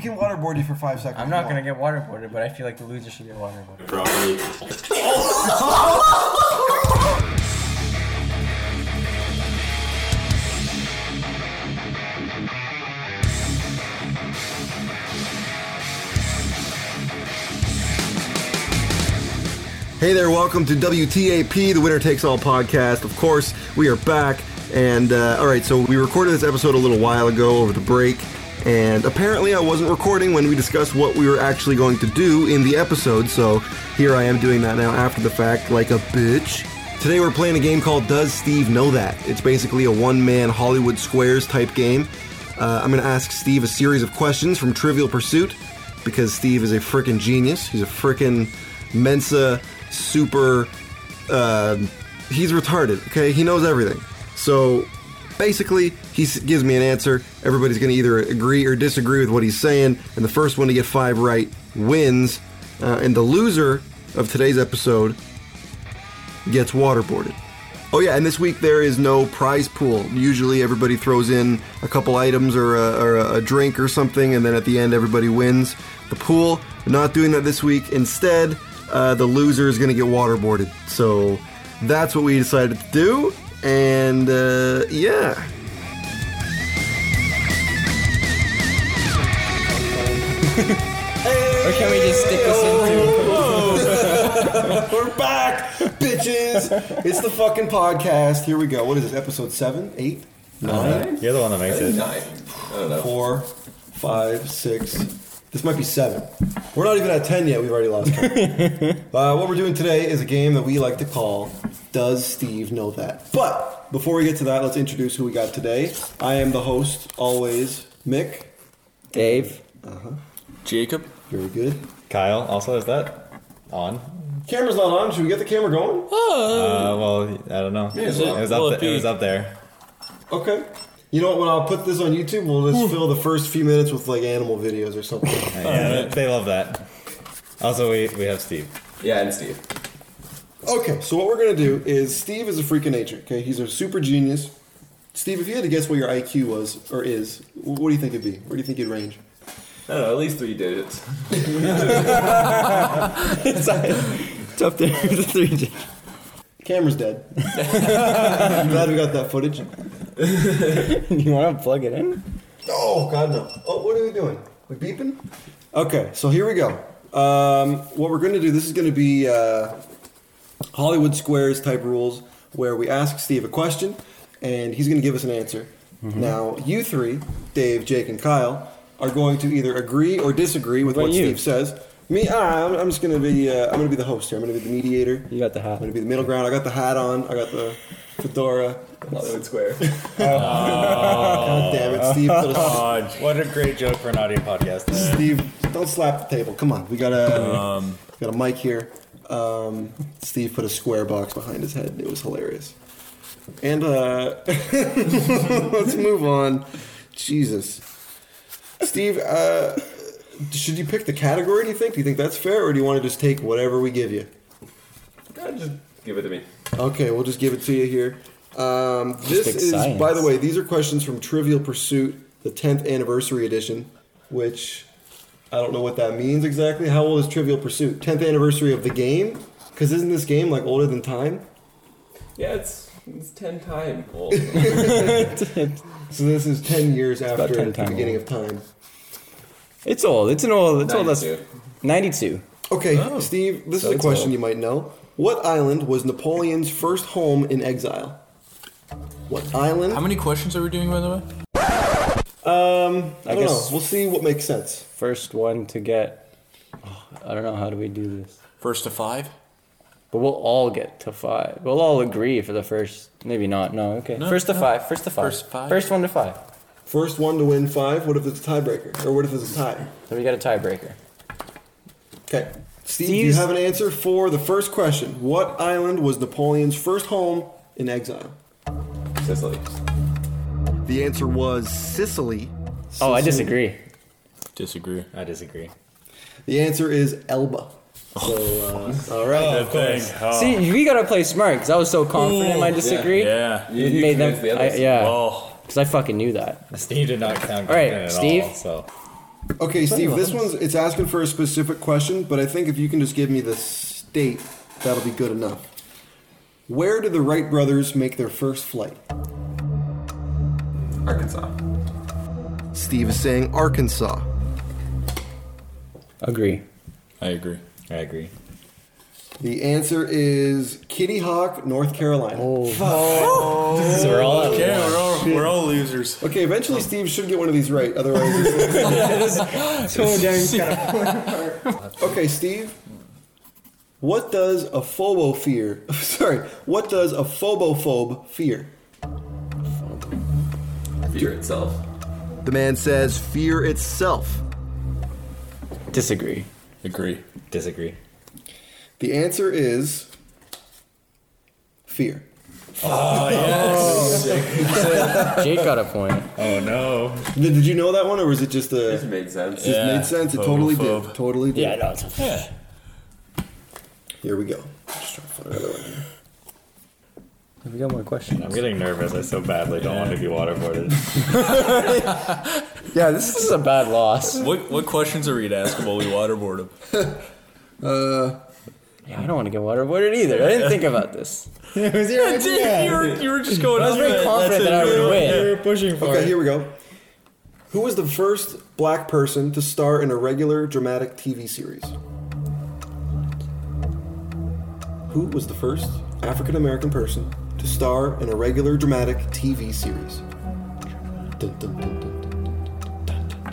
can waterboard you for five seconds. I'm not more. gonna get waterboarded, but I feel like the loser should get waterboarded. Probably. Hey there, welcome to WTAP, the Winner Takes All podcast. Of course, we are back. And, uh, all right, so we recorded this episode a little while ago over the break. And apparently, I wasn't recording when we discussed what we were actually going to do in the episode. So here I am doing that now after the fact, like a bitch. Today, we're playing a game called Does Steve Know That? It's basically a one man Hollywood Squares type game. Uh, I'm going to ask Steve a series of questions from Trivial Pursuit because Steve is a freaking genius. He's a freaking Mensa super. Uh, he's retarded. Okay, he knows everything. So basically, he s- gives me an answer. Everybody's going to either agree or disagree with what he's saying, and the first one to get five right wins. Uh, and the loser of today's episode gets waterboarded. Oh yeah, and this week there is no prize pool. Usually everybody throws in a couple items or a, or a a drink or something, and then at the end everybody wins the pool. Not doing that this week. Instead, uh, the loser is going to get waterboarded. So that's what we decided to do. And uh, yeah, Or can we just stick this into? We're back, bitches. It's the fucking podcast. Here we go. What is this? Episode seven, eight, nine, You're the one that makes it. Nine. I don't know. four, five, six. This might be seven. We're not even at ten yet. We've already lost count. uh, what we're doing today is a game that we like to call "Does Steve Know That?" But before we get to that, let's introduce who we got today. I am the host, always Mick. Uh-huh. Dave. Jacob. Very good. Kyle, also, is that on? Camera's not on. Should we get the camera going? Uh, well, I don't know. it's it on. was Will up. it The, it be- was up there. Okay. You know what? When I'll put this on YouTube, we'll Hmm. just fill the first few minutes with like animal videos or something. Yeah, They love that. Also, we we have Steve. Yeah, and Steve. Okay, so what we're gonna do is Steve is a freak of nature. Okay, he's a super genius. Steve, if you had to guess what your IQ was or is, wh- what do you think it'd be? Where do you think you'd range? I don't know, at least three digits. It's up there with the three digits. Camera's dead. I'm glad we got that footage. You want to plug it in? Oh God, no! Oh, what are we doing? We beeping? Okay, so here we go. Um, what we're gonna do? This is gonna be uh, Hollywood Squares type rules, where we ask Steve a question, and he's gonna give us an answer. Mm-hmm. Now, you three, Dave, Jake, and Kyle, are going to either agree or disagree with what about you? Steve says. Me, ah, I'm, I'm just gonna be. Uh, I'm gonna be the host here. I'm gonna be the mediator. You got the hat. I'm gonna be the middle ground. I got the hat on. I got the fedora. Hollywood Square. God damn it, Steve! put us- What a great joke for an audio podcast. Steve, don't slap the table. Come on, we got a got a mic here. Um, Steve put a square box behind his head. It was hilarious. And uh, let's move on. Jesus, Steve, uh, should you pick the category? Do you think? Do you think that's fair, or do you want to just take whatever we give you? just give it to me. Okay, we'll just give it to you here. Um, this pick is, science. by the way, these are questions from Trivial Pursuit, the 10th anniversary edition, which I don't know what that means exactly. How old is Trivial Pursuit? 10th anniversary of the game? Because isn't this game like older than time? Yeah, it's it's ten time old. So this is 10 years after 10 the time beginning of time. It's old. It's an old. It's old. That's 92. 92. Okay, Oh, Steve, this So is a it's question old. you might know. What island was Napoleon's first home in exile? What island? How many questions are we doing, by the way? I, don't know. We'll see what makes sense. first one to get. oh, I don't know. How do we do this? First to five? But we'll all get to five. We'll all agree for the first. Maybe not. No. Okay. No, first to no. five. First to five. First five. First one to five. First one to win five. What if it's a tiebreaker? Or what if it's a tie? Then we got a tiebreaker. Okay. Steve, do you Steve's- have an answer for the first question? What island was Napoleon's first home in exile? Sicily. the answer was Sicily. Oh, I disagree. Disagree. I disagree. The answer is Elba. So, uh, all right. Of course. See, we gotta play smart because I was so confident in my disagree. Yeah. You, It you made them. convinced the I, others. yeah. Oh. Because I fucking knew that. Steve did not sound All right, confident at Steve. all. So Okay, Steve, Twenty-one. this one's it's asking for a specific question, but I think if you can just give me the state, that'll be good enough. Where did the Wright brothers make their first flight? Arkansas. Steve is saying Arkansas. Agree. I agree. I agree. The answer is Kitty Hawk, North Carolina. So we're all at Yeah, we're all, we're all losers. Okay, Oh. eventually Steve should get one of these right, otherwise. it's- okay, Steve. What does a phobo fear? Sorry, what does a phobophobe fear? Fear itself. The man says fear itself. Disagree. Agree. Disagree. The answer is fear. Jake got a point. Oh no. Did did you know that one, or was it just This a? made sense. It Yeah, made sense. It totally did. phobophobe. Totally did. no, it's a Yeah. Here we go. Just trying to find another one. here. We got more questions. I'm getting nervous. I so badly don't want to be waterboarded. Yeah, this is a bad loss. What what questions are we gonna ask while we waterboard him? Yeah, I don't want to get waterboarded either. I didn't think about this. it was your you, were, you were just going. I was very confident that I would win. were pushing for Okay, here we go. Who was the first black person to star in a regular dramatic TV series? Who was the first African American person to star in a regular dramatic TV series? Dun, dun, dun, dun, dun.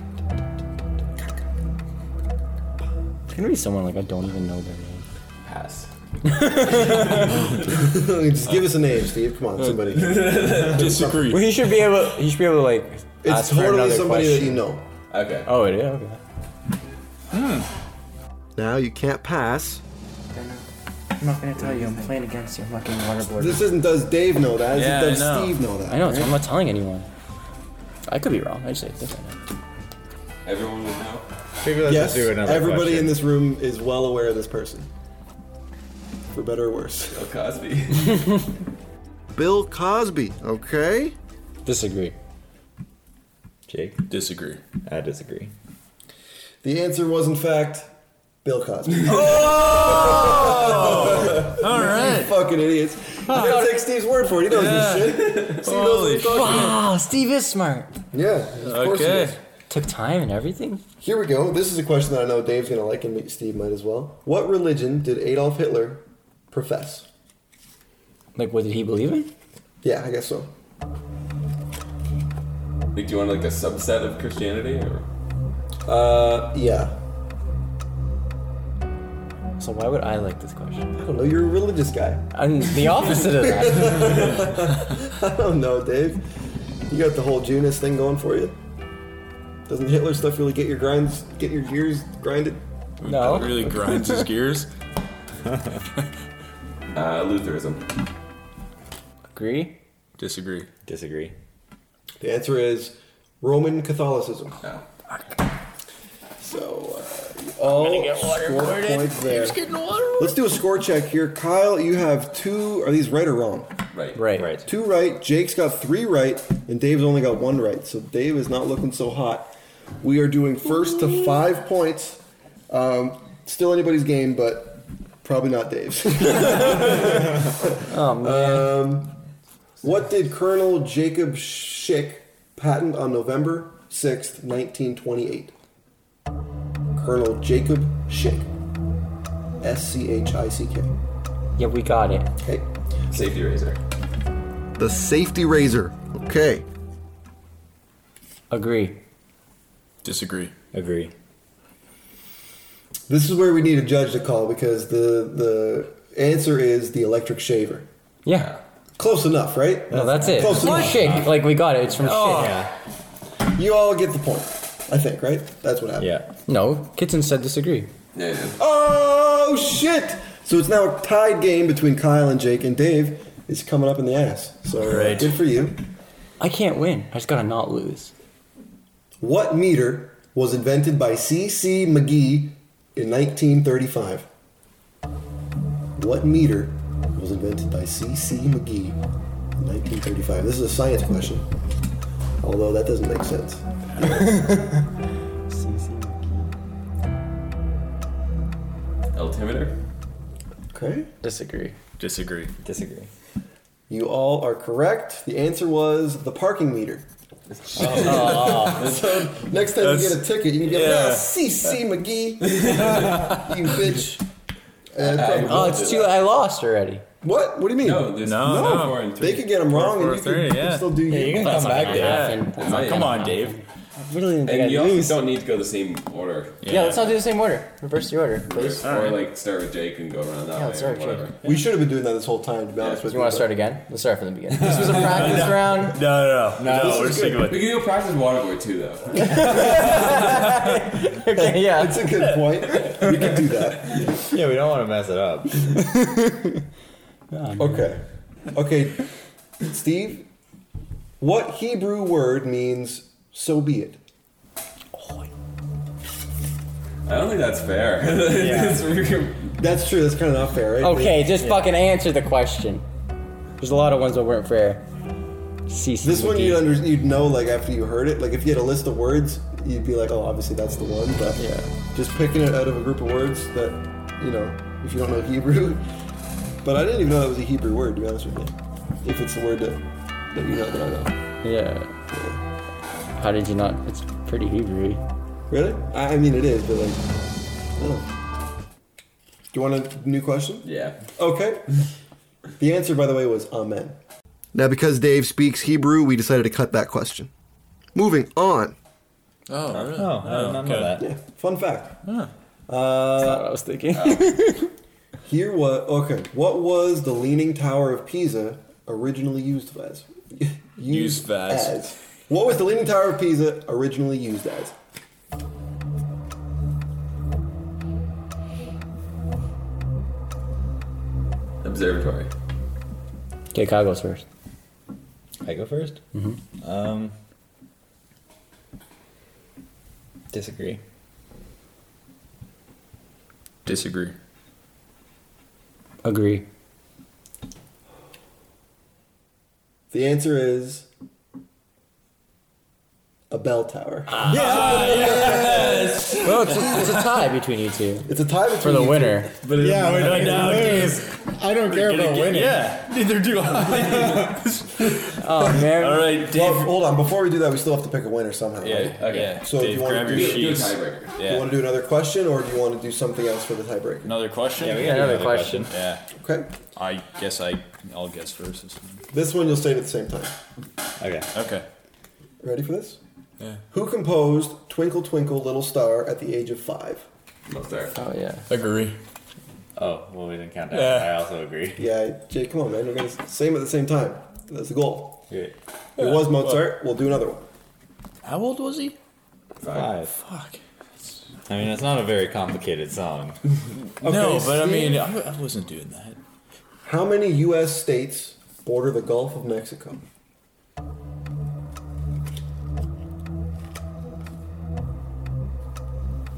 It's gonna be someone like I don't even know their name. Pass. Just give us a name, Steve. Come on, somebody. Disagree. Well, he should be able. He should be able to like It's ask for totally another somebody question. that you know. Okay. Oh, it is. Okay. Now you can't pass. I'm not gonna tell you. I'm playing against your fucking waterboard. This isn't does Dave know that? Yeah, does I know. Steve know that? I know. right? So I'm not telling anyone. I could be wrong. I just like this. Everyone would know. Maybe let's Yes, do another everybody question. in this room is well aware of this person. For better or worse. Bill Cosby. Bill Cosby. Okay. Disagree. Jake, Disagree. I disagree. The answer was, in fact, Bill Cosby. Oh! All right. Fucking idiots. You gotta take Steve's word for it. He knows this shit. Holy Ah, Wow, Steve is smart. Yeah, of course he Okay. is. Took time and everything. Here we go. This is a question that I know Dave's gonna like, and Steve might as well. What religion did Adolf Hitler profess? Like, what did he believe in? Yeah, I guess so. Like, do you want like a subset of Christianity? Or? Uh, yeah. So why would I like this question? I don't know. You're a religious guy. I'm the opposite of that. I don't know, Oh, Dave. You got the whole Junis thing going for you. Doesn't Hitler stuff really get your grinds, get your gears grinded? No. That really grinds his gears. Uh, Lutheranism. Agree. Disagree. Disagree. The answer is Roman Catholicism. Oh. No. So uh, you all score points there. Let's do a score check here. Kyle, you have two. Are these right or wrong? Right. Right. Right. Two right. Jake's got three right, and Dave's only got one right. So Dave is not looking so hot. We are doing first to five points. Um, still anybody's game, but probably not Dave's. Oh man. Um, What did Colonel Jacob Schick patent on November 6th, 1928? Colonel Jacob Schick. S C H I C K. yeah, we got it. Okay. Safety razor. The safety razor. Okay. Agree. Disagree. Agree. This is where we need a judge to call because the the answer is the electric shaver. Yeah. Close enough, right? No, that's it. Close From enough. Shig. Like we got it. It's from Shig. Yeah. You all get the point. I think, right? That's what happened. Yeah. No, Kitson said disagree. Yeah, you did. Oh shit! So it's now a tied game between Kyle and Jake, and Dave is coming up in the ass. So uh, Right. good for you. I can't win. I just gotta not lose. What meter was invented by C.C. McGee in 1935? What meter was invented by C.C. McGee in 1935? This is a science question, although that doesn't make sense. CC Altimeter? Okay. Disagree. Disagree. Disagree. Hmm? You all are correct. The answer was the parking meter. so next time you get a ticket, you can be like, Oh. yeah. "Ah, CC McGee, you bitch. And probably- Oh, it's too. I lost already. what? What do you mean? No, there's No, no, no. four and three. They could get them wrong, Four, and you four, can, three, yeah. still do. Yeah, you can come back there. Nothing. Not Come yet. on, Dave. I really didn't think And I'd you also lose. don't need to go the same order. Yeah. let's not do the same order. Reverse the order, please. Or like start with Jake and go around that Yeah, way let's or start with whatever. We should have been doing that this whole time, to be honest with You you. want to start again? Let's start from the beginning. This was a practice round. No, no, no. No, this we're sticking with We could do a practice waterboy too though. Okay, yeah. That's a good point. we can do that. Yeah, we don't want to mess it up. Okay. Okay, Steve. What Hebrew word means "so be it"? I don't think that's fair. It's freaking- That's true. That's kind of not fair, right? Okay, just fucking answer the question. There's a lot of ones that weren't fair. CC. This one McGee. you'd under, you'd know like after you heard it. Like if you had a list of words, you'd be like, oh, obviously that's the one. But Yeah. just picking it out of a group of words that you know, if you don't know Hebrew. But I didn't even know that was a Hebrew word. To be honest with you, if it's the word that, that you know that I know. Yeah. How did you not? It's pretty Hebrew. Really? I, I mean, it is, but like, oh. do you want a new question? yeah. Okay. the answer, by the way, was Amen. Now, because Dave speaks Hebrew, we decided to cut that question. Moving on. Oh, really? Oh, I did not know okay. that. Yeah. Fun fact. That's not what I was thinking. Here what okay, what was the leaning tower of Pisa originally used as? used, Used as. What was the leaning tower of Pisa originally used as? Observatory. okay, Kyle goes first. I go 1st Mm-hmm. Um, disagree. Disagree. Agree. The answer is a bell tower. Ah. Well, it's a, it's a tie between you two It's a tie between for the you two. winner. But yeah, we're not now. I don't care about winning. Yeah, neither do I. Oh man. All right, Dave. Well, hold on, before we do that, we still have to pick a winner somehow. yeah, right? okay. So if Dave, you wanna grab do- your do Do a sheets. tiebreaker. Do you Yeah. want to do another question or do you want to do something else for the tiebreaker? Another question? Yeah, we Yeah, got another another question. Yeah. Okay. I guess I, I'll guess first. this one. This one you'll state at the same time. Okay. Okay. Ready for this? Yeah. Who composed Twinkle Twinkle Little Star at the age of five? I'll start. Oh yeah. Agree. Oh, well, we didn't count that. Yeah. I also agree. Yeah, Jake, come on, man. We're gonna s- same at the same time. That's the goal. Great. It was Mozart. We'll do another one. How old was he? Five. Fuck. I mean, it's not a very complicated song. no, Okay, but I mean, Steve. I, I wasn't doing that. How many U.S. states border the Gulf of Mexico?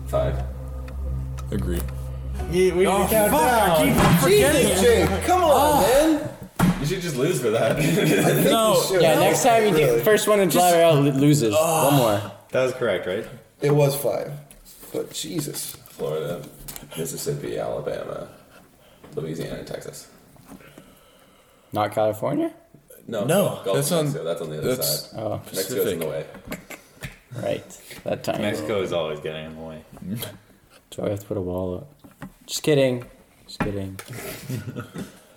Five. Agree. we Oh, fuck, I keep forgetting. Jesus, Jake, come on, man. You should just lose for that. You No. should. Yeah, next time you do Really. first one in bladder out lo- loses. One more. That was correct, right? It was five, but Jesus. Florida, Mississippi, Alabama, Louisiana, and Texas. Not California? No, No, Gulf that's of on- Mexico. That's on the other that's- side. Oh, Mexico's in the Pacific. way. right. That time. Mexico is always getting in the way. So I have to put a wall up. Just kidding. Just kidding.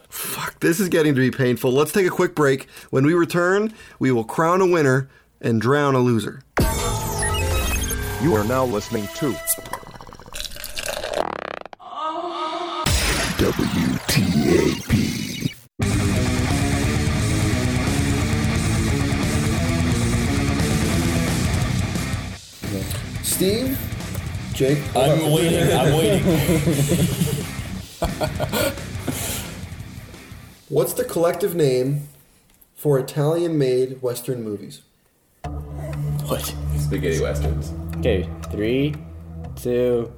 Fuck, this is getting to be painful. Let's take a quick break. When we return, we will crown a winner and drown a loser. You are now listening to Steve, Jake, uh, I'm waiting. I'm waiting. what's the collective name for Italian-made Western movies? What? Spaghetti westerns. Okay, three, two,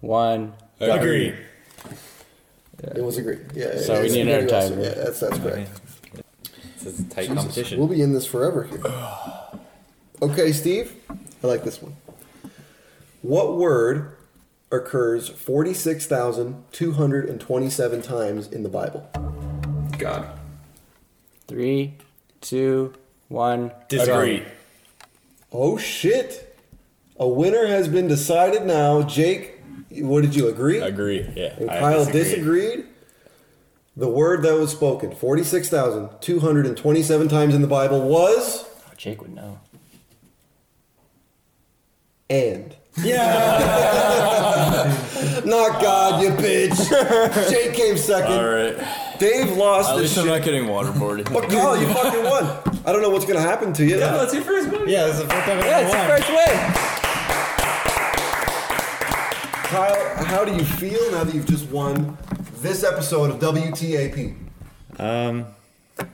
one. Agree. It was agreed. Yeah. So we it's need another spaghetti western. tiebreaker. Yeah, that's that's correct. This is a tight Jesus, competition. we'll be in this forever here. Okay, Steve. I like this one. What word occurs 46,227 times in the Bible. God. Three, two, one. Disagree. Oh shit. A winner has been decided now. Jake, what did you agree? Agree. Yeah. And I Kyle disagree. disagreed. The word that was spoken 46,227 times in the Bible was Oh, Jake would know. and. Yeah. Not God, you bitch. Jake came second. All right. Dave lost At this least shit. I'm not getting waterboarded. But Kyle, you fucking won. I don't know what's gonna happen to you. Oh, that's your first one. Yeah, this is the first time I've That's ever the won. first win. Kyle, how do you feel now that you've just won this episode of WTAP?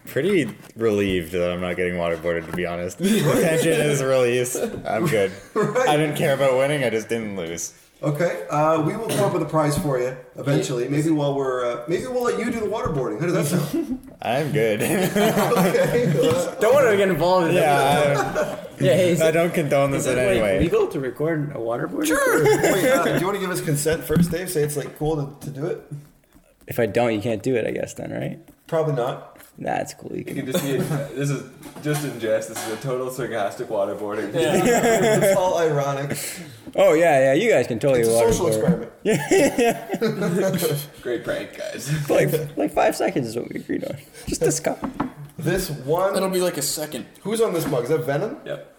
Pretty relieved that I'm not getting waterboarded, to be honest. Tension is released. I'm good. Right. I didn't care about winning, I just didn't lose. Okay, uh, we will come up with a prize for you eventually. Maybe while we're, uh, maybe we'll let you do the waterboarding. How does that sound? I'm good. okay. uh, Don't want to get involved in that. yeah, Yeah, hey, I, I don't condone this in any way. legal to record a waterboard? Sure. wait, uh, do you want to give us consent first, Dave? Say it's like cool to, to do it. If I don't, you can't do it, I guess, then, right? Probably not. Nah, it's cool. You You can. can just be, this is just in jest. This is a total sarcastic waterboarding. It's all ironic. It's Oh, yeah, yeah, you guys can totally a waterboard. social experiment. Great prank, guys. Like, like five seconds is what we agreed on. Just discuss. This one. It'll be like a second. Who's on this mug? Is that Venom? Yep.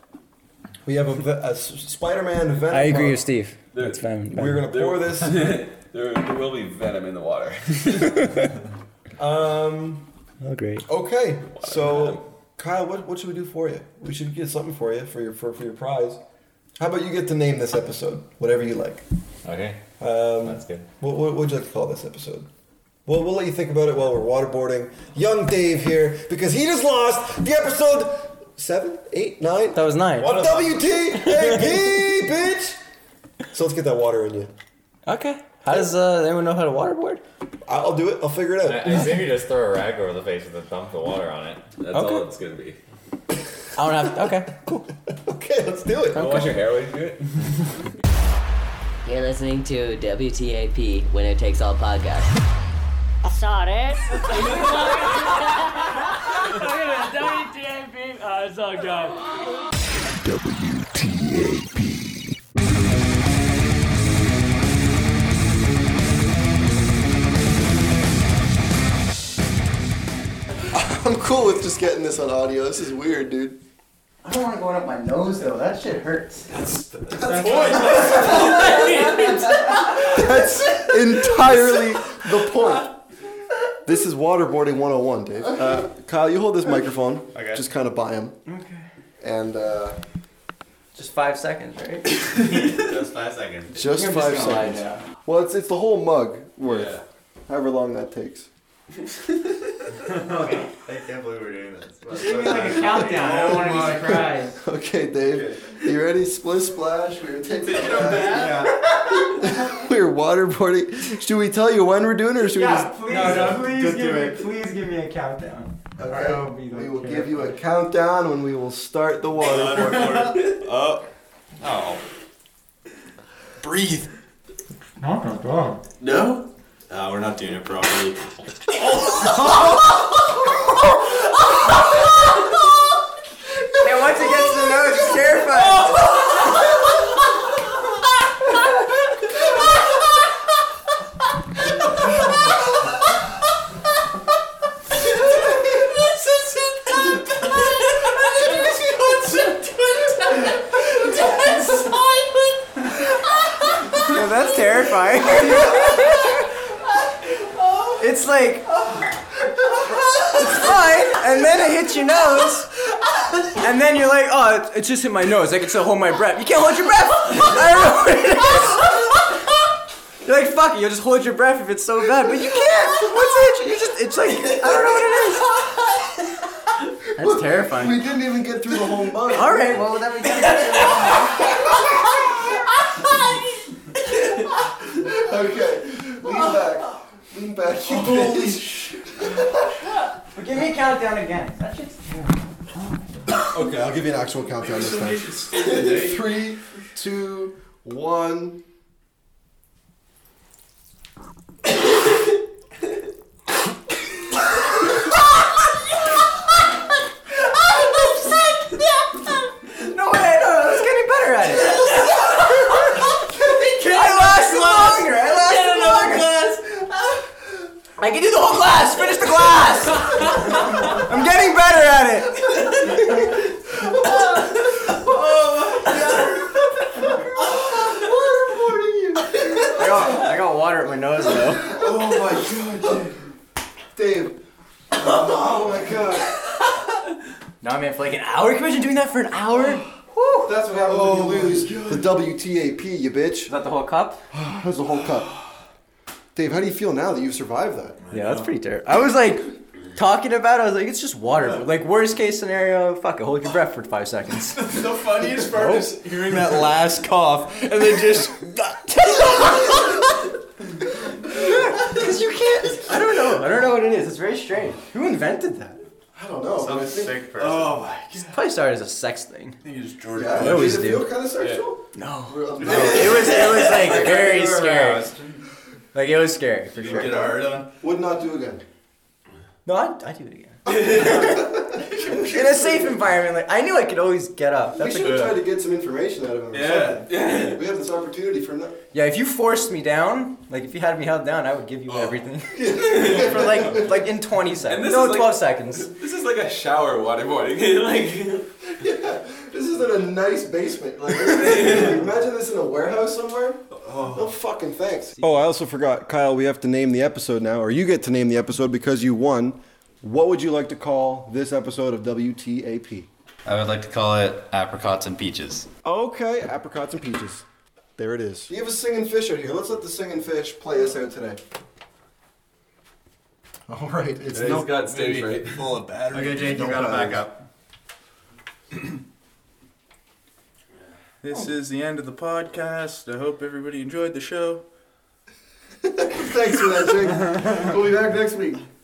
We have a, a Spider-Man Venom. I agree mug. with Steve. Dude, That's fine. We're gonna pour this. there, there will be venom in the water. Oh, great. Okay, so Kyle, what, what should we do for you? We should get something for you for your for, for your prize. How about you get to name this episode whatever you like? Okay. Um, That's good. what what would you like to call this episode? Well, we'll let you think about it while we're waterboarding young Dave here because he just lost the episode seven, eight, nine. That was nine. What WTAP, bitch! So let's get that water in you. Okay. How does uh, anyone know how to waterboard? I'll do it. I'll figure it out. I assume you just throw a rag over the face with a dump the water on it. That's all Okay. it's gonna be. I don't have. Okay. Okay, let's do it. Wash your hair when you do it. You're listening to WTAP Winner Takes All Podcast. Sorry. WTAP. Oh, it's all good. I'm cool with just getting this on audio. This is weird, dude. I don't want to go up my nose though. That shit hurts. That's entirely the point. This is waterboarding 101, Dave. Uh, Kyle, you hold this microphone. Okay. Just kind of by him. Okay. And uh, Just five seconds, right? Just five seconds. just five seconds. Well, it's, it's the whole mug worth, however long that takes. I can't believe we're doing this. Countdown. I don't want to Oh be surprised. Okay, Dave. You ready? Split splash. We were taking a bath. we were waterboarding. Should we tell you when we're doing it, or should please, no, no, please give me, please give me a countdown. we just? I will be We like will give you a countdown when we will start the waterboarding. Breathe. Oh my god. No. Uh, we're not doing it properly. And once it gets to the nose, it's terrifying. Well, Oh, that's terrifying. it's like it's fine, and then it hits your nose, and then you're like, oh, it, it just hit my nose. I can still hold my breath. You can't hold your breath. I don't know what it is. You're like, fuck it. You'll just hold your breath if it's so bad, but you can't. What's it? You just it's like I don't know what it is. That's terrifying. We didn't even get through the whole mug. All right, well then we can. Okay, lean back. Lean back. You Holy shit. Give me a countdown again. That shit's Okay, I'll give you an actual countdown this time. Three, two, one. I can do the whole glass. Finish the glass. I'm getting better at it. I got, I got water at my nose though. Oh my god, Dave. Dave. Oh my god. Now I'm in for like an hour. Can you imagine doing that for an hour? Is That's what happens when you lose the WTAP, you bitch. that the whole cup? That's the whole cup. Dave, how do you feel now that you've survived that? Yeah, that's pretty terrible. I was like talking about. it. I was like, it's just water. Like worst case scenario, fuck it. Hold your breath for five seconds. The funniest part is hearing that last cough and then just Cause you can't. I don't know. I don't know what it is. It's very strange. Who invented that? I don't know. but I think- sick person. Oh my Probably started as a sex thing. Jordan. Yeah, I always does it do. feel kind of sexual? No. It was it was like very scary. Like it was scary for sure. Get hard on. Would not do again. No, I, I do it again. In a safe environment, like I knew I could always get up. We That's should like, have tried to get some information out of him. or Yeah. something. We have this opportunity for no- yeah, if you forced me down, like if you had me held down, I would give you everything for like like in 20 seconds. No, Oh. this is like- 12 seconds. This is like a shower waterboarding. like This isn't a nice basement. Like, imagine this in a warehouse somewhere. No fucking thanks. Oh, I also forgot, Kyle. We have to name the episode now, or you get to name the episode because you won. What would you like to call this episode of WTAP? I would like to call it apricots and peaches. Okay, apricots and peaches. There it is. You have a singing fish out here. Let's let the singing fish play us out today. All right, it's he's no. got stage right. Full of battery. Okay, Jake, you gotta back up. This oh, is the end of the podcast. I hope everybody enjoyed the show. Thanks for that, Jake. we'll be back next week.